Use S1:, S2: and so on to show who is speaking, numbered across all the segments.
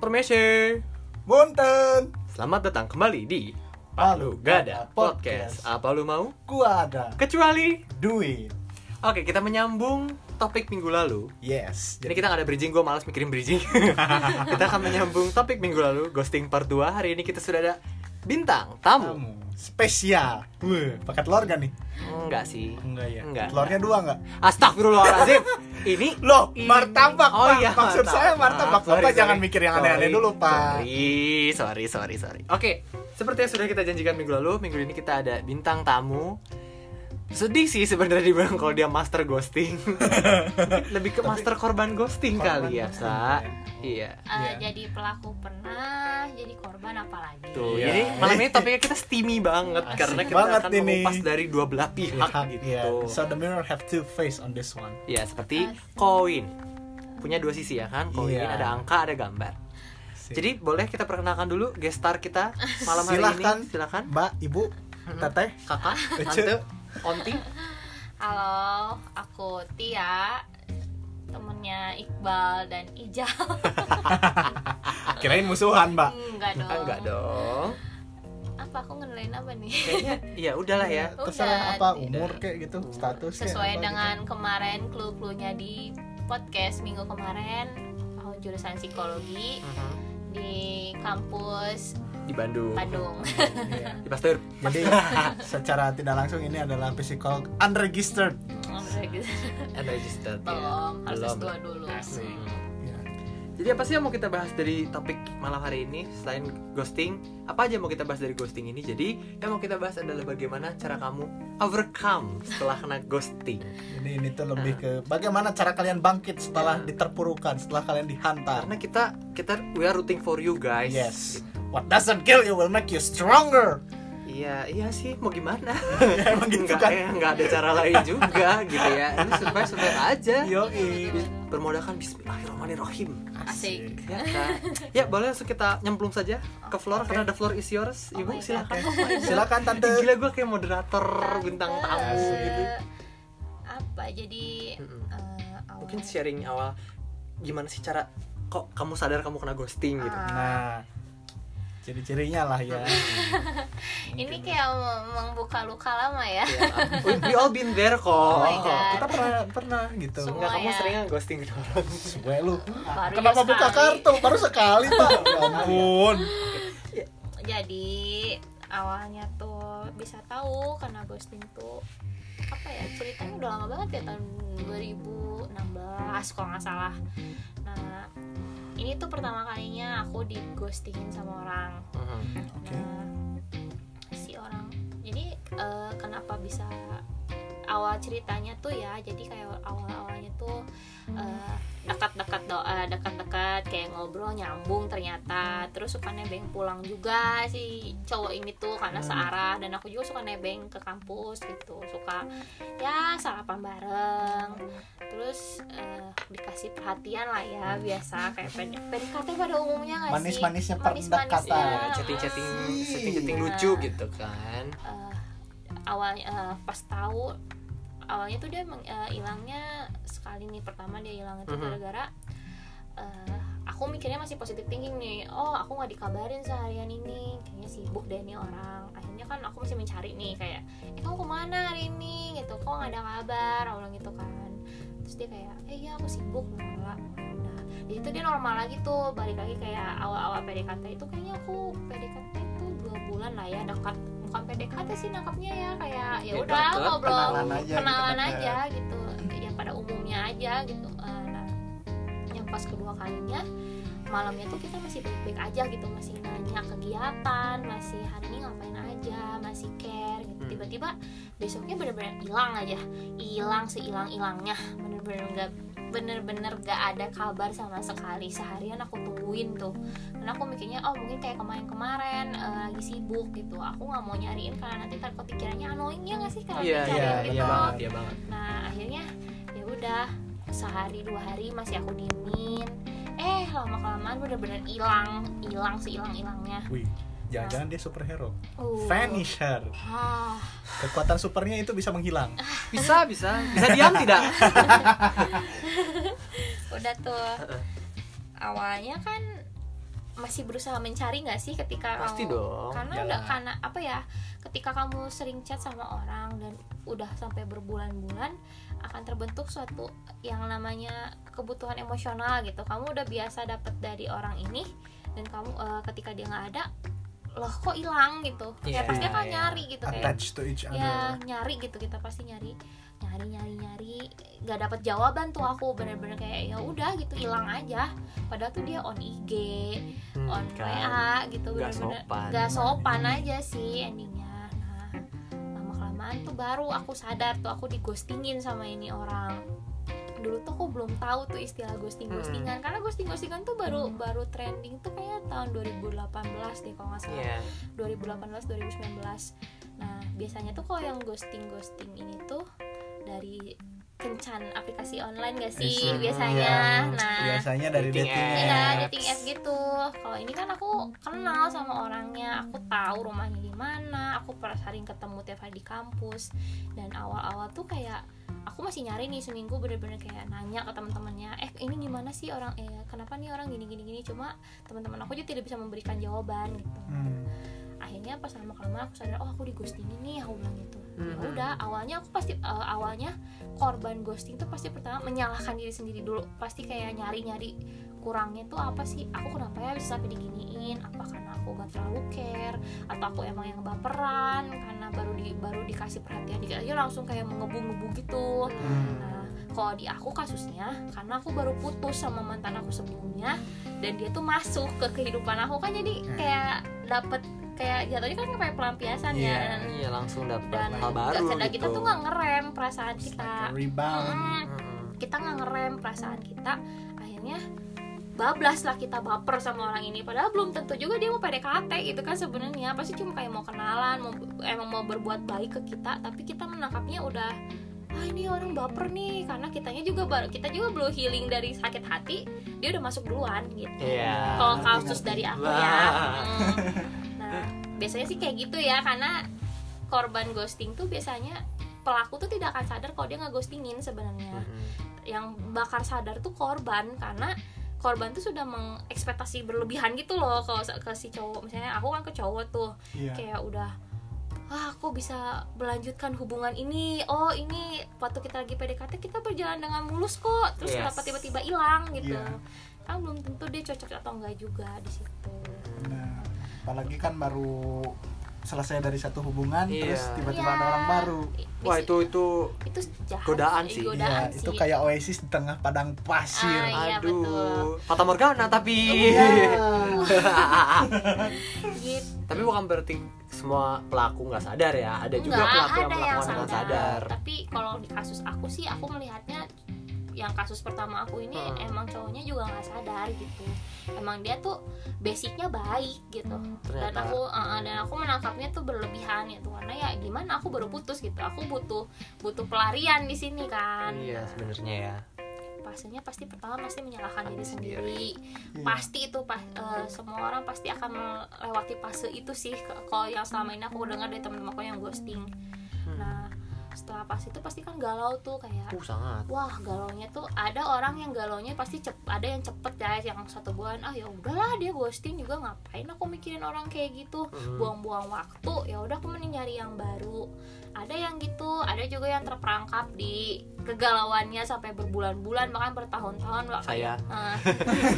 S1: Permisi.
S2: Monten,
S1: Selamat datang kembali di
S2: Palu Gada
S1: Podcast.
S2: Podcast.
S1: Apa lu mau?
S2: gua ada
S1: Kecuali.
S2: duit.
S1: Oke, kita menyambung topik minggu lalu.
S2: Yes.
S1: Jadi kita nggak ada bridging, gue malas mikirin bridging. kita akan menyambung topik minggu lalu, ghosting part 2. Hari ini kita sudah ada bintang tamu.
S3: kamu
S2: spesial. Wih, pakai telur gak nih?
S1: Enggak sih.
S3: enggak ya
S1: Enggak.
S2: Telurnya dua nggak?
S1: Astagfirullahalazim. ini
S2: Loh,
S1: ini-
S2: martabak, Pak. Maksud saya martabak.
S1: Oh, iya, Ah, Sorry,
S2: Bapak jangan
S1: sorry.
S2: mikir yang aneh-aneh
S1: Sorry,
S2: dulu, Pak.
S1: Sorry, sorry, sorry, sorry. Oke, seperti yang sudah kita janjikan minggu lalu, minggu ini kita ada bintang tamu. Sedih sih sebenarnya dibilang kalau dia master ghosting. Lebih ke master korban ghosting
S2: Korban
S1: kali ya,
S2: ghosting,
S1: Sa.
S2: ya.
S1: Iya.
S4: Eh,
S2: Iya.
S4: jadi pelaku pernah jadi korban apalagi
S1: Tuh,
S2: Iya.
S1: jadi malam ini topiknya kita steamy banget
S2: Asik
S1: karena kita
S2: banget
S1: akan
S2: ini.
S1: mengupas dari dua belah pihak gitu.
S2: Iya. So the mirror have two face on this one.
S1: Ya seperti
S4: Asik.
S1: koin punya dua sisi ya kan koin
S2: Iya.
S1: ada angka ada gambar.
S2: Sip.
S1: Jadi boleh kita perkenalkan dulu guest star kita malam hari
S2: Silahkan.
S1: ini. Silakan.
S2: Mbak, Ibu, Teteh,
S1: Kakak,
S2: Ece.
S1: tante, onti.
S4: halo aku Tia temennya Iqbal dan Ijal
S2: kirain musuhan, Mbak.
S4: enggak dong
S1: Ah, enggak dong.
S4: apa aku ngenelain apa nih
S1: Kayaknya iya udahlah ya.
S2: Terserah
S4: Udah,
S2: apa
S4: tidak.
S2: umur kayak gitu, status kayak
S4: sesuai
S2: apa
S4: dengan
S2: gitu.
S4: kemarin clue-cluenya di podcast minggu kemarin aku jurusan psikologi
S1: Mhm.
S4: di kampus
S1: Di Bandung.
S4: Bandung
S2: Iya.
S1: Di Pasteur.
S2: Jadi secara tidak langsung ini adalah psikolog unregistered.
S1: Unregistered. ya.
S4: belum gitu. harus
S1: Iya. Belum.
S4: S2 dulu
S3: Asik.
S1: Hmm.
S2: Iya.
S1: Jadi apa sih yang mau kita bahas dari topik malam hari ini selain ghosting? Apa aja yang mau kita bahas dari ghosting ini? Jadi yang mau kita bahas adalah bagaimana cara kamu overcome setelah kena ghosting.
S2: Jadi ini tuh
S4: Ah.
S2: lebih ke bagaimana cara kalian bangkit setelah diterpurukan, setelah kalian dihantar.
S1: Karena kita kita we are rooting for you guys. Gitu.
S2: Ah. Yes. What doesn't kill you will make you stronger.
S1: Iya, iya sih, mau gimana?
S2: Ya, emang gitu
S1: Nggak-
S2: kan?
S1: eh, nggak ada cara lain juga gitu ya. Ini survive survive aja.
S2: Yo.
S1: Bermodalkan Bismillahirrahmanirrahim.
S4: asik
S1: Ya, kan? ya boleh langsung kita nyemplung saja ke floor karena the floor is yours.
S4: Oh
S1: Ibu
S4: my
S1: silakan.
S2: Silakan
S1: Ih,
S2: tante.
S1: Gila gue kayak moderator bintang tamu.
S4: Eh, apa jadi
S1: Mm-mm.
S4: eh, awal-
S1: Mungkin sharing awal gimana sih cara kok kamu sadar kamu kena ghosting gitu.
S2: Nah, ciri-cirinya lah ya.
S4: ini kayak mem- membuka luka lama
S2: Iya.
S4: ya
S1: Ya, we, we all been there kok.
S4: Oh my God.
S2: Kita pernah pernah gitu.
S4: Semua.
S1: Enggak, kamu
S4: ya.
S1: sering ghosting gitu. orang.
S2: Suwe lu.
S4: Baru
S2: Kenapa
S4: ya
S2: buka
S4: sekali.
S2: kartu? Baru sekali, Pak. Ya ampun.
S4: jadi awalnya tuh bisa tahu karena ghosting tuh apa ya ceritanya udah lama banget ya tahun 2016 kalau nggak salah nah ini tuh pertama kalinya aku di ghostingin sama orang
S1: Mhm.
S2: Oke.
S4: Nah, si orang jadi eh, kenapa bisa awal ceritanya tuh ya jadi kayak awal awalnya tuh eh, dekat-dekat doa dekat-dekat kayak ngobrol nyambung ternyata terus suka nebeng pulang juga si cowok ini tuh
S2: Hmm.
S4: karena searah dan aku juga suka nebeng ke kampus gitu suka ya sarapan bareng terus eh, dikasih perhatian lah ya biasa kayak pen- PDKT pada umumnya nggak sih
S2: Manis-manisnya
S4: Manis-manisnya.
S2: pendekatan.
S1: Iya, chatting-chatting
S2: Asik.
S1: chatting-chatting lucu gitu kan.
S4: eh, awalnya eh, pas tahu awalnya tuh dia meng- eh, hilangnya sekali nih pertama dia hilang itu
S1: Mhm.
S4: gara-gara eh, aku mikirnya masih positif thinking nih oh aku nggak dikabarin seharian ini kayaknya sibuk deh nih orang akhirnya kan aku masih mencari nih kayak eh kamu kemana hari ini gitu kok nggak ada kabar orang gitu kan terus dia kayak eh iya aku sibuk lah nah di situ dia normal lagi tuh balik lagi kayak awal-awal PDKT itu kayaknya aku PDKT itu dua bulan lah ya dekat bukan PDKT sih nangkapnya ya kayak ya
S1: Ya,
S4: udah
S1: deket,
S4: ngobrol
S2: Kenalan aja.
S4: kenalan
S2: gitu,
S4: aja gitu ya pada umumnya aja gitu Eh, nah yang pas kedua kalinya malamnya tuh kita masih baik-baik aja gitu masih nanya kegiatan masih hari ini ngapain aja masih care gitu
S1: Hmm.
S4: tiba-tiba besoknya bener-bener hilang aja hilang sehilang hilangnya bener-bener nggak bener-bener gak ada kabar sama sekali seharian aku tungguin tuh karena aku mikirnya oh mungkin kayak kemarin-kemarin eh, lagi sibuk gitu aku nggak mau nyariin karena nanti takut pikirannya annoying ya nggak sih kalau
S1: Iya,
S4: dicariin
S1: iya,
S4: gitu
S1: iya banget, iya banget.
S4: Nah akhirnya ya udah sehari dua hari masih aku diemin. Eh lama kelamaan bener-bener hilang, hilang sehilang hilangnya.
S2: Wih, jangan-jangan dia superhero.
S4: Uh.
S2: Vanisher.
S4: Ah,
S2: Kekuatan supernya itu bisa menghilang.
S1: Bisa, bisa. Bisa diam tidak?
S4: udah tuh awalnya kan masih berusaha mencari nggak sih ketika
S1: Pasti
S4: kamu
S1: dong.
S4: karena
S2: Jalan.
S4: udah karena apa ya ketika kamu sering chat sama orang dan udah sampai berbulan-bulan akan terbentuk suatu yang namanya kebutuhan emosional gitu kamu udah biasa dapat dari orang ini dan kamu eh, ketika dia nggak ada loh kok hilang gitu
S1: Iya,
S4: kayak pasti akan
S1: iya.
S4: nyari gitu kayak
S3: attached to each
S4: ya
S3: other
S4: nyari gitu kita pasti nyari nyari nyari nyari nggak dapat jawaban tuh aku bener-bener kayak ya udah gitu hilang aja padahal tuh dia on IG
S1: Hmm,
S4: on
S1: kan.
S4: WA gitu
S1: Nggak
S4: bener-bener
S1: sopan.
S4: nggak sopan aja sih endingnya nah lama kelamaan tuh baru aku sadar tuh aku dighostingin sama ini orang dulu tuh aku belum tahu tuh istilah ghosting ghostingan karena ghosting ghostingan tuh baru baru trending tuh kayak tahun 2018 deh kalau nggak salah
S1: Iya.
S4: 2018 2019 nah biasanya tuh kalau yang ghosting ghosting ini tuh dari kencan aplikasi online gak sih
S3: Iya.
S4: biasanya nah
S3: biasanya dari
S1: dating
S3: dating Hmm,
S4: iya
S1: apps.
S4: dating app gitu kalau ini kan aku kenal sama orangnya aku tahu rumahnya di mana aku pernah sering ketemu tiap hari di kampus dan awal-awal tuh kayak aku masih nyari nih seminggu bener-bener kayak nanya ke teman-temannya eh ini gimana sih orang eh kenapa nih orang gini gini gini cuma teman-teman aku juga tidak bisa memberikan jawaban gitu
S3: Hmm.
S4: akhirnya pas lama kelamaan aku sadar oh aku di ghosting ini aku bilang gitu ya
S1: Mhm.
S4: udah awalnya aku pasti eh, awalnya korban ghosting tuh pasti pertama menyalahkan diri sendiri dulu pasti kayak nyari nyari kurangnya tuh apa sih aku kenapa ya bisa sampai diginiin apa karena aku gak terlalu care atau aku emang yang baperan karena baru di baru dikasih perhatian dikit aja langsung kayak mengebu-ngebu gitu
S3: hmm.
S4: Nah, kalau di aku kasusnya karena aku baru putus sama mantan aku sebelumnya dan dia tuh masuk ke kehidupan aku kan jadi kayak dapet kayak jatuhnya kan kayak pelampiasan
S3: Iya,
S4: ya
S1: Iya langsung dapat
S4: dan
S1: hal baru
S4: dan
S1: gitu.
S4: kita tuh nggak ngerem perasaan kita
S3: rebound
S4: Mm,
S1: Mm-mm.
S4: kita nggak ngerem perasaan kita akhirnya bablas lah kita baper sama orang ini padahal belum tentu juga dia mau PDKT gitu kan sebenarnya pasti cuma kayak mau kenalan mau emang mau berbuat baik ke kita tapi kita menangkapnya udah ah ini orang baper nih karena kitanya juga baru kita juga belum healing dari sakit hati dia udah masuk duluan gitu
S1: Iya.
S4: kalau
S3: ngerti,
S4: kasus
S3: ngerti.
S4: dari aku
S1: Wah.
S4: ya Mm. nah biasanya sih kayak gitu ya karena korban ghosting tuh biasanya pelaku tuh tidak akan sadar kalau dia nggak ghostingin sebenarnya
S1: Mm-mm.
S4: yang bakar sadar tuh korban karena korban tuh sudah mengekspektasi berlebihan gitu loh ke, ke si cowok misalnya aku kan ke cowok tuh
S3: Iya.
S4: kayak udah ah aku bisa melanjutkan hubungan ini oh ini waktu kita lagi PDKT kita berjalan dengan mulus kok terus
S1: Yes.
S4: kenapa tiba-tiba hilang gitu
S3: Iya.
S4: kan belum tentu dia cocok atau enggak juga di situ
S3: Nah, apalagi kan baru selesai dari satu hubungan
S1: Iya.
S3: terus tiba-tiba ada
S4: Iya.
S3: orang baru
S1: Wah itu itu
S4: itu jahat
S1: godaan
S4: eh,
S1: sih.
S4: godaan
S3: Iya,
S4: sih
S3: itu kayak oasis di tengah padang pasir Iya.
S4: Ah, iya, betul.
S1: aduh Fata Morgana tapi
S4: Iya. gitu
S1: tapi bukan berarti semua pelaku nggak sadar ya ada juga
S4: Nggak,
S1: pelaku yang
S4: ada
S1: melakukan nggak sadar
S4: tapi kalau di kasus aku sih aku melihatnya yang kasus pertama aku ini
S1: Hmm.
S4: emang cowoknya juga nggak sadar gitu emang dia tuh basicnya baik gitu dan
S1: Ternyata.
S4: aku eh, eh, dan aku menangkapnya tuh berlebihan gitu karena ya gimana aku baru putus gitu aku butuh butuh pelarian di sini kan
S1: iya sebenarnya ya
S4: pastinya pasti pertama pasti menyalahkan
S1: Sendiri.
S4: diri sendiri
S3: Iya.
S4: pasti itu pas- eh, semua orang pasti akan melewati fase itu sih Ke- kalau yang selama ini aku dengar dari temen aku yang ghosting
S1: Hmm.
S4: nah setelah pas itu pasti kan galau tuh kayak
S1: uh sangat
S4: wah galaunya tuh ada orang yang galaunya pasti cep ada yang cepet ya yang satu bulan ah ya udahlah dia ghosting juga ngapain aku mikirin orang kayak gitu
S1: Hmm.
S4: buang-buang waktu ya udah aku mending nyari yang baru ada yang gitu ada juga yang terperangkap di kegalauannya sampai berbulan-bulan bahkan bertahun-tahun Wak.
S1: saya
S4: Eh,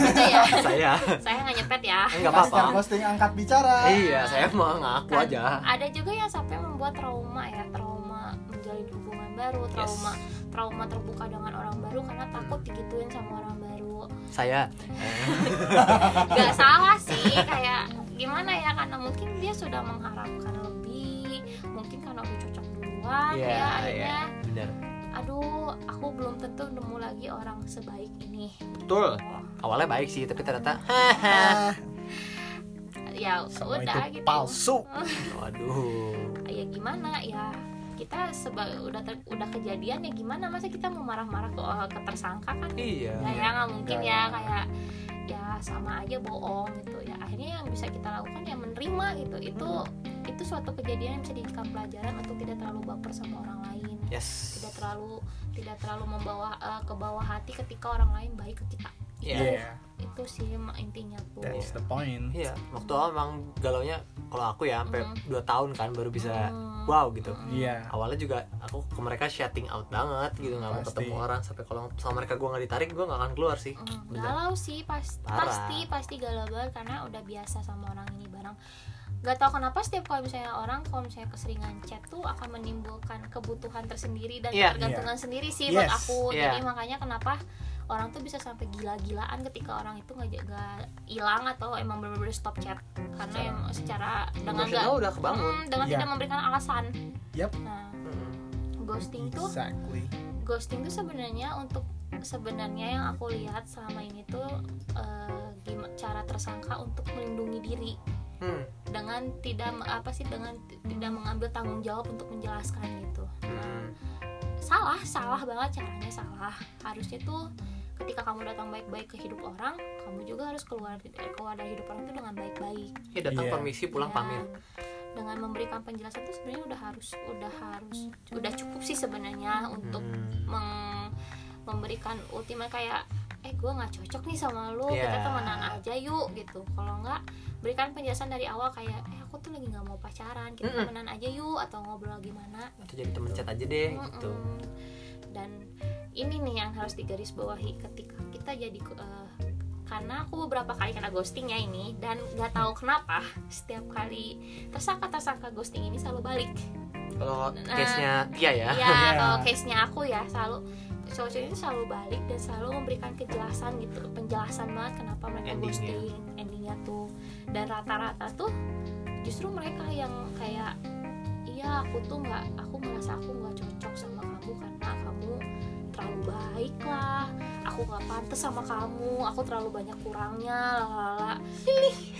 S4: gitu ya
S1: saya
S4: saya nggak nyepet ya
S1: Eh, nggak
S3: Pasca
S1: apa-apa
S3: ghosting angkat bicara
S1: iya saya mah ngaku
S4: Kan
S1: aja
S4: ada juga yang sampai membuat trauma ya trauma menjalin hubungan baru trauma trauma terbuka dengan orang baru karena takut digituin sama orang baru
S1: saya
S4: nggak salah sih kayak gimana ya karena mungkin dia sudah mengharapkan lebih mungkin karena udah cocok duluan
S1: Iya,
S4: ya akhirnya
S1: bener
S4: aduh aku belum tentu nemu lagi orang sebaik ini
S1: betul awalnya baik sih tapi ternyata
S3: Ah,
S4: ya
S3: semua
S4: udah
S3: itu
S4: gitu
S3: palsu
S1: waduh
S4: ya gimana ya kita seba udah ter- udah kejadian ya gimana masa kita mau marah-marah ke, ke tersangka kan
S1: iya
S4: Nah, ya nggak mungkin
S3: Nggak
S4: ya
S3: lah.
S4: kayak ya sama aja bohong gitu ya akhirnya yang bisa kita lakukan ya menerima gitu itu
S1: Hmm.
S4: itu suatu kejadian yang bisa dijadikan pelajaran untuk tidak terlalu baper sama orang lain
S1: yes
S4: tidak terlalu tidak terlalu membawa eh, ke bawah hati ketika orang lain baik ke kita
S1: Iya.
S2: Yeah.
S4: itu sih emang intinya tuh
S2: That's the point.
S1: Iya, waktu awal emang galaunya kalau aku ya sampai
S4: Mhm.
S1: 2 tahun kan baru bisa
S4: Hmm.
S1: wow gitu.
S2: Iya.
S1: Awalnya juga aku ke mereka shutting out banget gitu nggak mau
S2: Pasti.
S1: ketemu orang sampai kalau sama mereka gua nggak ditarik gua nggak akan keluar sih.
S4: Mm,
S1: Bener.
S4: galau sih pas-
S1: Parah.
S4: pasti pasti galau banget karena udah biasa sama orang ini bareng nggak tahu kenapa setiap kalau misalnya orang kalau misalnya keseringan chat tuh akan menimbulkan kebutuhan tersendiri dan
S1: Iya.
S4: ketergantungan sendiri sih buat
S2: Yes.
S4: aku jadi
S1: Iya.
S4: makanya kenapa orang tuh bisa sampai gila-gilaan ketika orang itu nggak jaga hilang atau emang bener-bener stop chat karena yang secara dengan nggak
S1: Emosional udah kebangun.
S4: Mm, dengan
S2: Iya.
S4: tidak memberikan alasan
S2: Yap.
S4: nah
S1: Mhm.
S4: ghosting tuh
S2: Exactly.
S4: ghosting tuh sebenarnya untuk sebenarnya yang aku lihat selama ini tuh gimana cara tersangka untuk melindungi diri
S1: Hmm.
S4: dengan tidak me- apa sih dengan t- tidak mengambil tanggung jawab untuk menjelaskan gitu
S1: Mhm.
S4: salah salah banget caranya salah harusnya tuh ketika kamu datang baik-baik ke hidup orang kamu juga harus keluar keluar dari hidup orang itu dengan baik-baik
S1: Ya datang
S2: Iya.
S1: permisi pulang
S4: Ya.
S1: pamit.
S4: dengan memberikan penjelasan tuh sebenarnya udah harus udah harus udah cukup sih sebenarnya untuk
S1: Hmm.
S4: meng- memberikan ultima kayak eh gue nggak cocok nih sama lu
S1: Iya.
S4: kita temenan aja yuk gitu kalau nggak berikan penjelasan dari awal kayak eh aku tuh lagi nggak mau pacaran kita
S1: Mm-mm.
S4: temenan aja yuk atau ngobrol gimana
S1: Atau jadi temen chat aja deh gitu.
S4: Mm-mm. dan ini nih yang harus digarisbawahi ketika kita jadi eh, karena aku beberapa kali kena ghosting ya ini dan nggak tahu kenapa setiap kali tersangka tersangka ghosting ini selalu balik
S1: Kalau
S4: Nah,
S1: case-nya dia ya.
S4: Iya,
S2: Iya.
S4: kalau case-nya aku ya selalu cowok-cowok itu selalu balik dan selalu memberikan kejelasan gitu, penjelasan banget kenapa mereka
S1: Endingnya.
S4: ghosting, endingnya tuh. Dan rata-rata tuh justru mereka yang kayak iya aku tuh nggak, aku merasa aku nggak cocok sama kamu karena kamu terlalu baik lah, aku nggak pantas sama kamu, aku terlalu banyak kurangnya, lalala.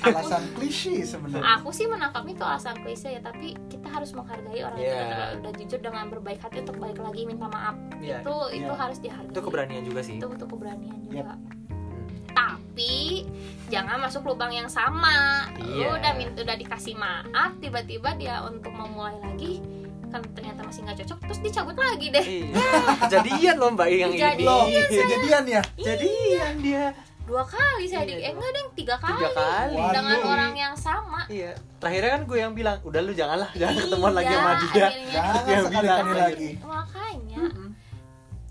S4: Aku
S3: alasan klise sebenarnya
S4: aku sih menangkapnya itu alasan klise ya tapi kita harus menghargai orang yang
S1: Iya.
S4: udah, udah jujur dengan berbaik hati untuk balik lagi minta maaf
S1: Iya.
S4: itu itu
S3: Iya.
S4: harus dihargai
S1: Itu keberanian juga sih.
S4: itu butuh keberanian juga
S1: Hmm.
S4: tapi jangan masuk lubang yang sama lu
S1: Iya.
S4: udah min- udah dikasih maaf tiba-tiba dia untuk memulai lagi kan ternyata masih nggak cocok terus dicabut lagi deh
S1: Iya. Kejadian loh Mbak yang ini.
S4: Kejadian.
S3: loh kejadian ya
S1: Jadian dia.
S4: dua kali saya Iya. di
S1: Iya,
S4: eh enggak deh tiga kali,
S1: Tiga kali.
S3: Wah.
S4: dengan
S3: Waduh.
S4: orang yang sama
S1: Iya. Terakhirnya kan gue yang bilang, udah lu janganlah, jangan ketemuan lagi sama dia.
S4: Iya, akhirnya.
S1: Dia
S3: jangan sekali-kali
S1: bilang.
S3: lagi
S4: makanya
S1: Mm-mm.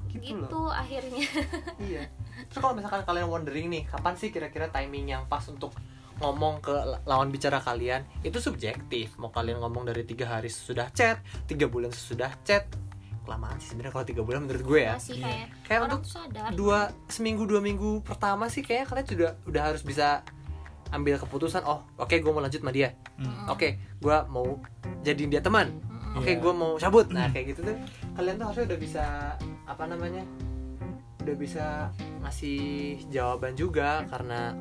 S1: Gitu,
S4: gitu,
S1: loh.
S4: akhirnya
S1: Iya. Terus kalau misalkan kalian wondering nih, kapan sih kira-kira timing yang pas untuk ngomong ke la- lawan bicara kalian itu subjektif mau kalian ngomong dari tiga hari sesudah chat tiga bulan sesudah chat kelamaan sih sebenarnya kalau tiga bulan menurut gue ya
S4: masih kayak
S1: kayak
S4: orang
S1: untuk
S4: tuh sadar
S1: dua seminggu dua minggu pertama sih kayaknya kalian sudah udah harus bisa ambil keputusan oh oke gue mau lanjut sama dia
S2: Hmm.
S1: oke gue mau jadiin dia teman
S4: Mm-mm.
S1: oke
S2: Iya.
S1: gue mau cabut nah kayak gitu tuh kalian tuh harusnya udah bisa apa namanya udah bisa ngasih jawaban juga karena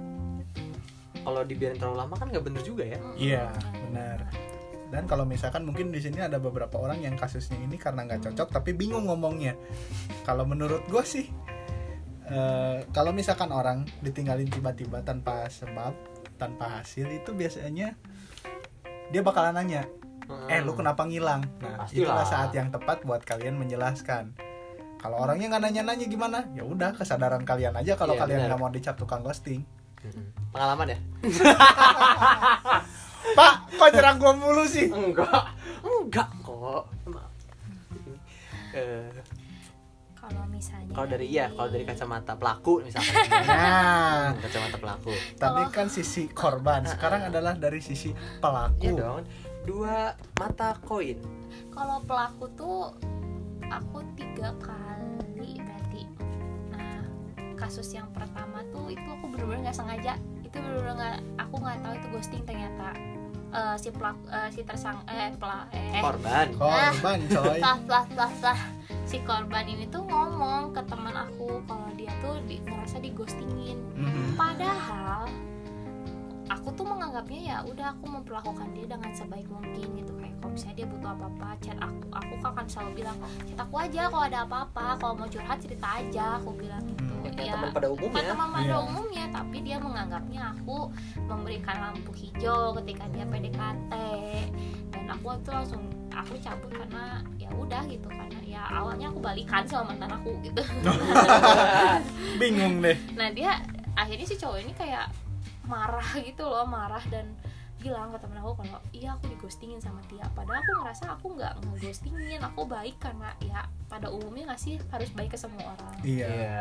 S1: kalau dibiarin terlalu lama kan nggak bener juga ya
S2: Iya, benar. Dan kalau misalkan mungkin di sini ada beberapa orang yang kasusnya ini karena nggak cocok tapi bingung ngomongnya. Kalau menurut gue sih, eh, kalau misalkan orang ditinggalin tiba-tiba tanpa sebab, tanpa hasil itu biasanya dia bakalan nanya, eh lu kenapa ngilang?
S1: Hmm.
S2: Nah,
S1: Pastilah.
S2: itulah saat yang tepat buat kalian menjelaskan. Kalau orangnya nggak nanya-nanya gimana, ya udah kesadaran kalian aja kalau
S1: Iya,
S2: kalian
S1: benar.
S2: nggak mau dicap tukang ghosting.
S1: Mm-mm. pengalaman ya
S2: Pak, kok nyerang gua mulu sih?
S1: enggak enggak kok Maaf. Eh,
S4: kalau misalnya
S1: kalau dari iya kalau dari kacamata pelaku misalkan Hmm,
S2: Nah,
S1: kacamata pelaku
S2: Tadi
S4: Oh.
S2: kan sisi korban, sekarang adalah dari sisi
S1: iya
S2: pelaku.
S1: dong dua mata koin
S4: kalau pelaku tuh aku tiga kali berarti nah kasus yang pertama tuh itu aku bener-bener nggak sengaja itu bener-bener nggak aku nggak tahu itu ghosting ternyata Eh, si pelaku eh, si tersang eh pela- eh
S1: korban
S2: Korban, coy.
S4: lah lah lah lah si korban ini tuh ngomong ke teman aku kalau dia tuh di, ngerasa di ghostingin
S2: Mhm.
S4: padahal aku tuh menganggapnya ya udah aku memperlakukan dia dengan sebaik mungkin gitu kayak kalau misalnya dia butuh apa apa chat aku aku kan akan selalu bilang chat aku aja kalau ada apa apa kalau mau curhat cerita aja aku bilang gitu
S2: Hmm,
S1: kayak
S4: ya
S1: teman pada
S4: bukan
S1: umumnya
S4: teman pada
S2: Iya.
S4: umumnya tapi dia menganggapnya aku memberikan lampu hijau ketika dia PDKT dan aku tuh langsung aku cabut karena ya udah gitu karena ya awalnya aku balikan sama mantan aku gitu
S2: Bingung deh.
S4: Nah dia akhirnya si cowok ini kayak marah gitu loh marah dan bilang ke temen aku kalau iya aku digostingin sama Tia padahal aku ngerasa aku nggak ngeghostingin aku baik karena ya pada umumnya nggak sih harus baik ke semua orang
S2: Iya.
S1: Iya.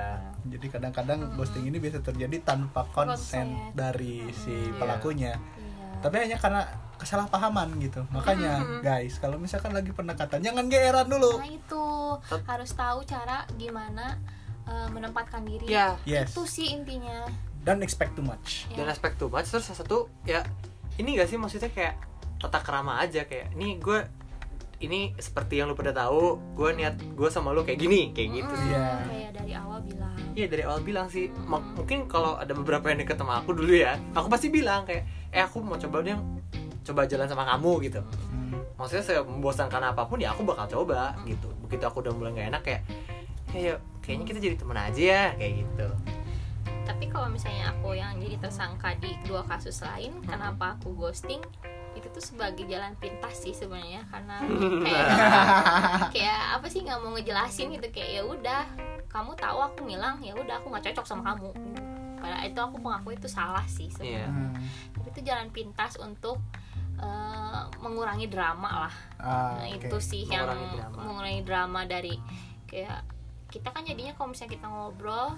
S2: Jadi kadang-kadang
S4: Mm-mm.
S2: ghosting ini bisa terjadi tanpa konsen
S4: Konsen.
S2: dari
S4: Mm-mm.
S2: si
S4: Iya.
S2: pelakunya.
S4: iya
S2: Tapi hanya karena kesalahpahaman gitu. Makanya
S1: Mm-mm.
S2: guys, kalau misalkan lagi pendekatan jangan geeran dulu.
S4: Mm-hmm. nah itu
S1: Tep-
S4: harus tahu cara gimana eh, menempatkan diri
S1: ya
S2: Yes.
S4: itu sih intinya
S2: Don't expect too much.
S4: ya.
S1: dan aspek tuh banget terus salah satu ya ini gak sih maksudnya kayak tata kerama aja kayak ini gue ini seperti yang lu pada tahu gue niat gue sama lu kayak gini kayak gitu
S4: Mm-mm,
S1: sih
S2: Iya.
S4: kayak dari awal bilang
S1: Iya dari awal bilang sih Ma- mungkin kalau ada beberapa yang deket sama aku dulu ya aku pasti bilang kayak eh aku mau coba deh coba jalan sama kamu gitu
S2: Hmm.
S1: maksudnya saya membosankan apapun ya aku bakal coba gitu begitu aku udah mulai gak enak kayak ya yuk, kayaknya kita jadi temen aja ya kayak gitu
S4: tapi kalau misalnya aku yang jadi tersangka di dua kasus lain kenapa aku ghosting itu tuh sebagai jalan pintas sih sebenarnya karena kayak gitu. kayak apa sih nggak mau ngejelasin gitu kayak ya udah kamu tahu aku bilang ya udah aku nggak cocok sama kamu Padahal itu aku mengaku itu salah sih
S1: Iya.
S4: sebenarnya
S2: Hmm.
S4: tapi itu jalan pintas untuk eh, mengurangi drama lah
S2: Ah,
S4: Nah,
S2: oke.
S4: itu sih yang
S1: Mengurangi drama.
S4: mengurangi drama dari kayak kita kan jadinya kalau misalnya kita ngobrol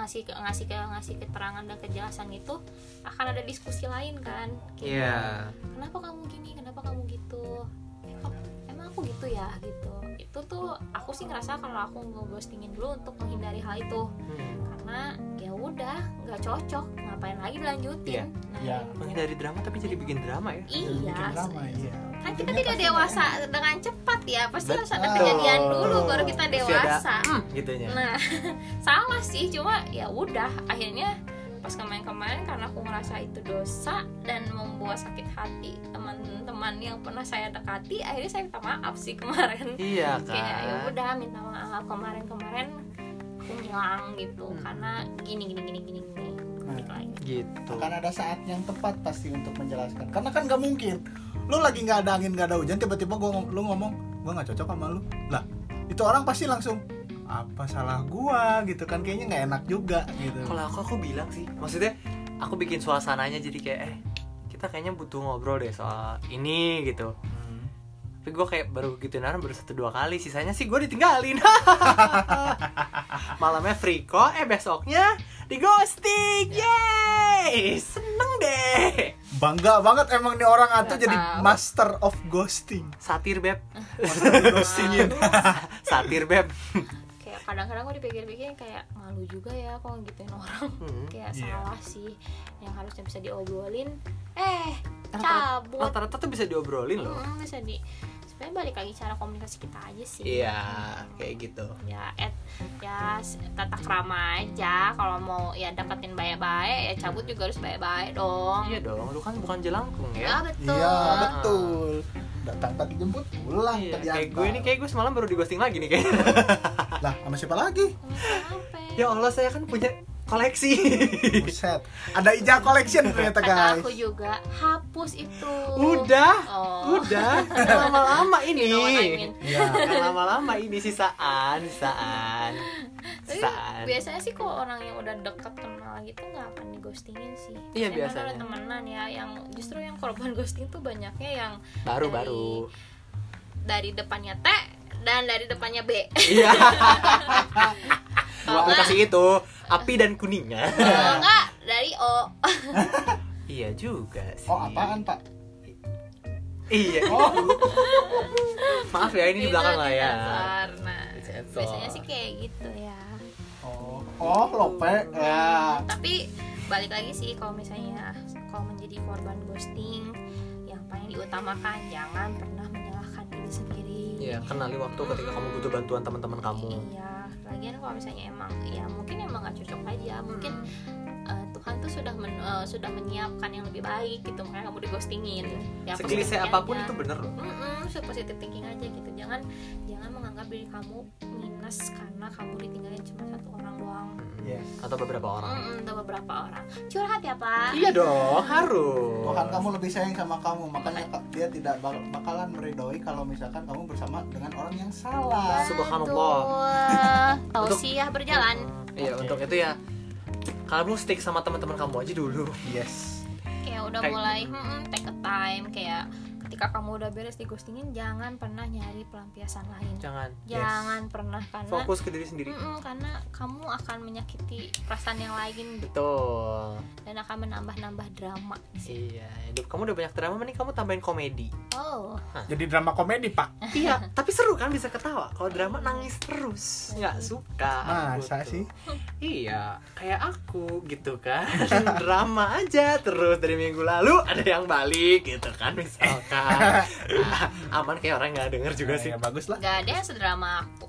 S4: ngasih ke- ngasih ke ngasih keterangan dan kejelasan itu akan ada diskusi lain kan Kayak,
S1: iya
S4: kenapa kamu gini kenapa kamu gitu Eh, kamu- emang aku gitu ya gitu itu tuh aku sih ngerasa kalau aku ngeghostingin dulu untuk menghindari hal itu
S1: Hmm.
S4: karena ya udah nggak cocok ngapain lagi
S1: Iya.
S4: dilanjutin nah,
S2: Iya.
S1: menghindari drama tapi jadi bikin drama ya
S4: iya
S2: bikin drama
S4: se-
S2: iya.
S4: kan kita tidak dewasa dengan cepat ya pasti harus ada
S2: Betul.
S4: kejadian dulu baru kita
S1: Masih ada,
S4: dewasa
S1: hmm, gitunya
S4: nah salah sih cuma ya udah akhirnya pas kemarin-kemarin karena aku merasa itu dosa dan membuat sakit hati teman-teman yang pernah saya dekati akhirnya saya minta maaf sih kemarin
S1: iya
S4: kayak ya
S1: kan
S4: udah minta maaf kemarin-kemarin aku ngilang gitu
S1: Hmm.
S4: karena gini gini gini gini gini balik lagi
S1: gitu
S2: akan ada saat yang tepat pasti untuk menjelaskan karena kan nggak mungkin lu lagi nggak ada angin nggak ada hujan tiba-tiba gua ngom- lu ngomong gua nggak cocok sama lu lah itu orang pasti langsung apa salah gua gitu kan kayaknya nggak enak juga gitu
S1: kalau aku aku bilang sih maksudnya aku bikin suasananya jadi kayak eh kita kayaknya butuh ngobrol deh soal ini gitu
S2: Hmm.
S1: tapi gue kayak baru gituin orang baru satu dua kali sisanya sih gue ditinggalin malamnya free call eh besoknya di ghosting
S4: Ya.
S1: yeay seneng deh
S2: bangga banget emang nih orang atau
S4: Nggak
S2: jadi
S4: tahu.
S2: master of ghosting
S1: satir beb
S4: Iya.
S2: ghostingin
S1: satir beb
S4: kayak kadang-kadang aku dipikir-pikir kayak malu juga ya kalau gituin orang
S1: Hmm.
S4: kayak
S2: Iya.
S4: salah sih yang harusnya bisa diobrolin eh
S1: Rata-
S4: cabut
S1: Hmm. rata-rata tuh bisa diobrolin loh
S4: Mm, bisa di sebenarnya balik lagi cara komunikasi kita aja sih
S1: iya kayak gitu
S4: ya et ya s- tata krama aja kalau mau ya dapetin baik-baik ya cabut juga harus baik-baik dong
S1: iya dong lu kan bukan jelangkung
S4: ya
S1: ya
S4: betul Ah.
S2: iya betul datang tak dijemput pulang
S1: Iya,
S2: tak
S1: kayak
S2: diantar.
S1: gue ini kayak gue semalam baru di ghosting lagi nih kayaknya
S2: lah sama siapa lagi
S4: Sampai.
S1: ya allah saya kan punya koleksi
S2: Buset. ada ijazah collection ternyata
S4: kata
S2: guys
S4: aku juga hapus itu
S1: udah
S4: oh
S1: udah Jangan lama-lama ini
S4: you know what I mean.
S2: Iya.
S1: Jangan lama-lama ini sisaan sisaan
S4: Tapi
S1: sisaan
S4: biasanya sih kalau orang yang udah deket kenal gitu nggak akan digostingin sih.
S1: Iya,
S4: Emang
S1: biasanya.
S4: ada temenan ya yang justru yang korban ghosting tuh banyaknya yang
S1: baru baru
S4: dari depannya T dan dari depannya B.
S1: iya
S4: Kalau
S1: aku
S4: nggak-
S1: kasih itu api dan kuningnya
S4: kalau nggak dari O.
S1: iya juga sih
S2: oh apaan pak Oh.
S1: iya maaf ya ini di
S4: Itu
S1: belakang lah ya
S4: disensor. Nah,
S1: Disensor.
S4: biasanya sih kayak gitu ya.
S2: Oh, oh lope ya.
S4: Tapi balik lagi sih kalau misalnya kalau menjadi korban ghosting yang paling diutamakan jangan pernah menyalahkan diri sendiri.
S1: iya kenali waktu ketika kamu butuh bantuan teman-teman kamu
S4: Iya, lagian kalau misalnya emang ya mungkin emang nggak cocok aja, mungkin
S1: Hmm.
S4: eh, Tuhan tuh sudah men- eh, sudah menyiapkan yang lebih baik gitu, makanya kamu digostingin. Ya,
S1: seklise
S4: positif
S1: apapun
S4: aja.
S1: itu bener loh
S4: Mm-mm, so positive thinking aja gitu, jangan jangan menganggap diri kamu minus karena kamu ditinggalin cuma satu orang doang.
S2: Yes.
S1: Iya. atau beberapa orang
S4: Mm-mm, atau beberapa orang. Curhat ya pak.
S1: Mm. iya dong harus
S2: Tuhan kamu lebih sayang sama kamu, makanya ka- dia tidak bak- bakalan meridoi kalau misalkan kamu bersama dengan orang yang salah.
S1: Iya, Subhanallah.
S4: Aduh,
S1: Untuk-
S4: kan? Tausiah berjalan.
S1: Iya, untuk itu Iya, ya kalau belum stick sama teman-teman kamu aja dulu
S2: yes
S4: kayak udah
S1: Take-
S4: mulai hmm, take a time kayak ketika kamu udah beres di ghostingin jangan pernah nyari pelampiasan lain
S1: jangan
S4: jangan pernah karena
S1: fokus ke diri sendiri
S4: Mm-mm, karena kamu akan menyakiti perasaan yang lain
S1: betul
S4: dan akan menambah-nambah drama di situ.
S1: iya hidup kamu udah banyak drama mending kamu tambahin komedi
S4: Oh,
S2: jadi drama komedi pak
S1: iya tapi seru kan bisa ketawa kalau drama nangis terus nggak suka aku tuh.
S2: masa Ah, sih
S1: Iya, kayak aku gitu kan. Drama aja terus dari minggu lalu ada yang balik gitu kan misalkan. Ah, aman kayak orang nggak denger juga
S2: juga
S1: sih.
S2: sih Iya, bagus lah
S4: nggak ada yang sedrama aku.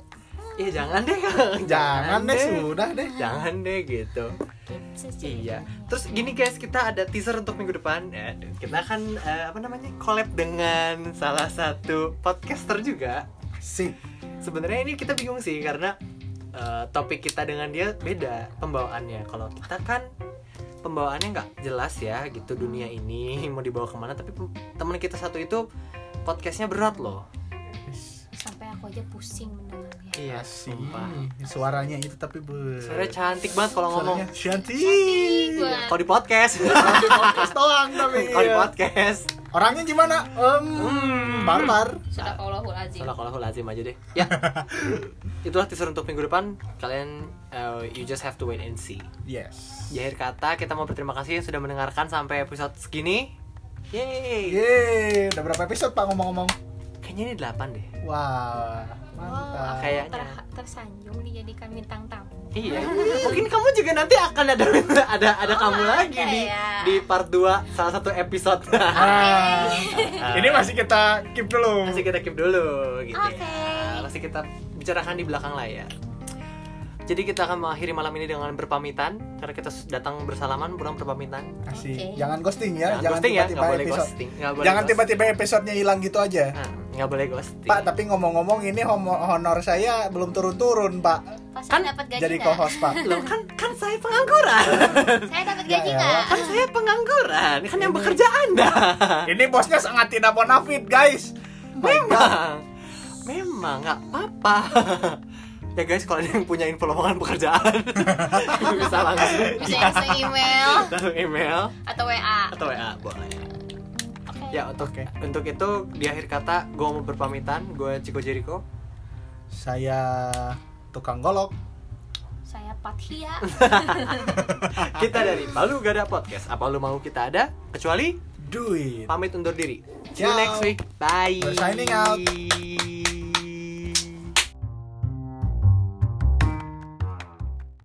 S1: Iya jangan deh,
S2: jangan deh sudah deh
S1: Jangan deh gitu.
S4: Gitu sih.
S1: Iya. Terus gini guys, kita ada teaser untuk minggu depan. Eh, Kita akan eh, apa namanya? collab dengan salah satu podcaster juga.
S2: sih
S1: Sebenarnya ini kita bingung sih karena eh, topik kita dengan dia beda pembawaannya. Kalau kita kan pembawaannya nggak jelas ya gitu dunia ini mau dibawa kemana. Tapi pem- teman kita satu itu podcastnya berat loh.
S4: sampai aku aja pusing mendengarnya.
S1: Iya
S2: sih suaranya itu tapi bu
S1: Suaranya cantik banget kalau ngomong.
S2: Suaranya Shanti
S4: Gua-
S1: Kalau di podcast,
S2: Di podcast doang tapi
S4: Iya.
S1: kalau di podcast.
S2: orangnya gimana Em,
S1: Hmm.
S2: barbar
S4: Sudah Allahul Azim.
S1: Salah kalau lazim aja deh. Ya. Itulah teaser untuk minggu depan. Kalian uh, you just have to wait and see.
S2: yes
S1: Di akhir kata kita mau berterima kasih yang sudah mendengarkan sampai episode segini. Yeay.
S2: Yeay, udah berapa episode pak ngomong-ngomong?
S1: Kayaknya ini 8 deh.
S2: Wah, mantap.
S4: Wah,
S1: Kayak-
S4: aku
S1: Ah, Kayaknya.
S4: ter- tersanjung dijadikan bintang tamu.
S1: Iya. Mungkin kamu juga nanti akan ada ada ada
S4: Oh,
S1: kamu
S4: ada
S1: lagi di
S4: ya.
S1: di part 2 salah satu episode.
S2: Ah, ini
S1: ini
S2: masih kita keep dulu.
S1: masih kita keep dulu gitu
S4: Oke.
S1: ya. Masih kita bicarakan di belakang lah ya. Jadi kita akan mengakhiri malam ini dengan berpamitan karena kita datang bersalaman pulang berpamitan.
S2: Asik.
S4: Oke.
S2: Jangan ghosting ya,
S1: Jangan
S2: jangan
S1: ghosting ya,
S2: tiba-tiba
S1: nggak boleh
S2: episode.
S1: ghosting. Nggak boleh
S2: Jangan
S1: ghosting.
S2: tiba-tiba episodenya hilang gitu aja.
S1: Nah, nggak boleh ghosting.
S2: Pak, tapi ngomong-ngomong ini homo- honor saya belum turun-turun, Pak.
S4: Pas
S1: Kan
S4: saya dapat gaji
S2: Jadi
S4: nggak?
S2: co-host, Pak.
S1: Loh, kan kan saya pengangguran.
S4: Saya dapat
S2: Ya
S4: gaji
S2: elah.
S4: nggak?
S1: kan saya pengangguran. Kan yang bekerja Anda.
S2: Ini bosnya sangat tidak bonafit, guys.
S1: Memang. Memang nggak apa-apa. ya guys, kalau ada yang punya info lowongan pekerjaan bisa langsung
S4: Bisa langsung email
S1: langsung email
S4: atau WA.
S1: atau WA boleh.
S4: Oke.
S1: Ya untuk
S2: Oke.
S1: untuk itu di akhir kata gue mau berpamitan gue Ciko Jericho
S2: Saya tukang golok.
S4: Saya Pathia.
S1: kita dari Palu Gada Podcast apa lu mau kita ada kecuali
S2: Duit.
S1: pamit undur diri see you
S2: Ciao.
S1: next week bye
S2: We're signing out.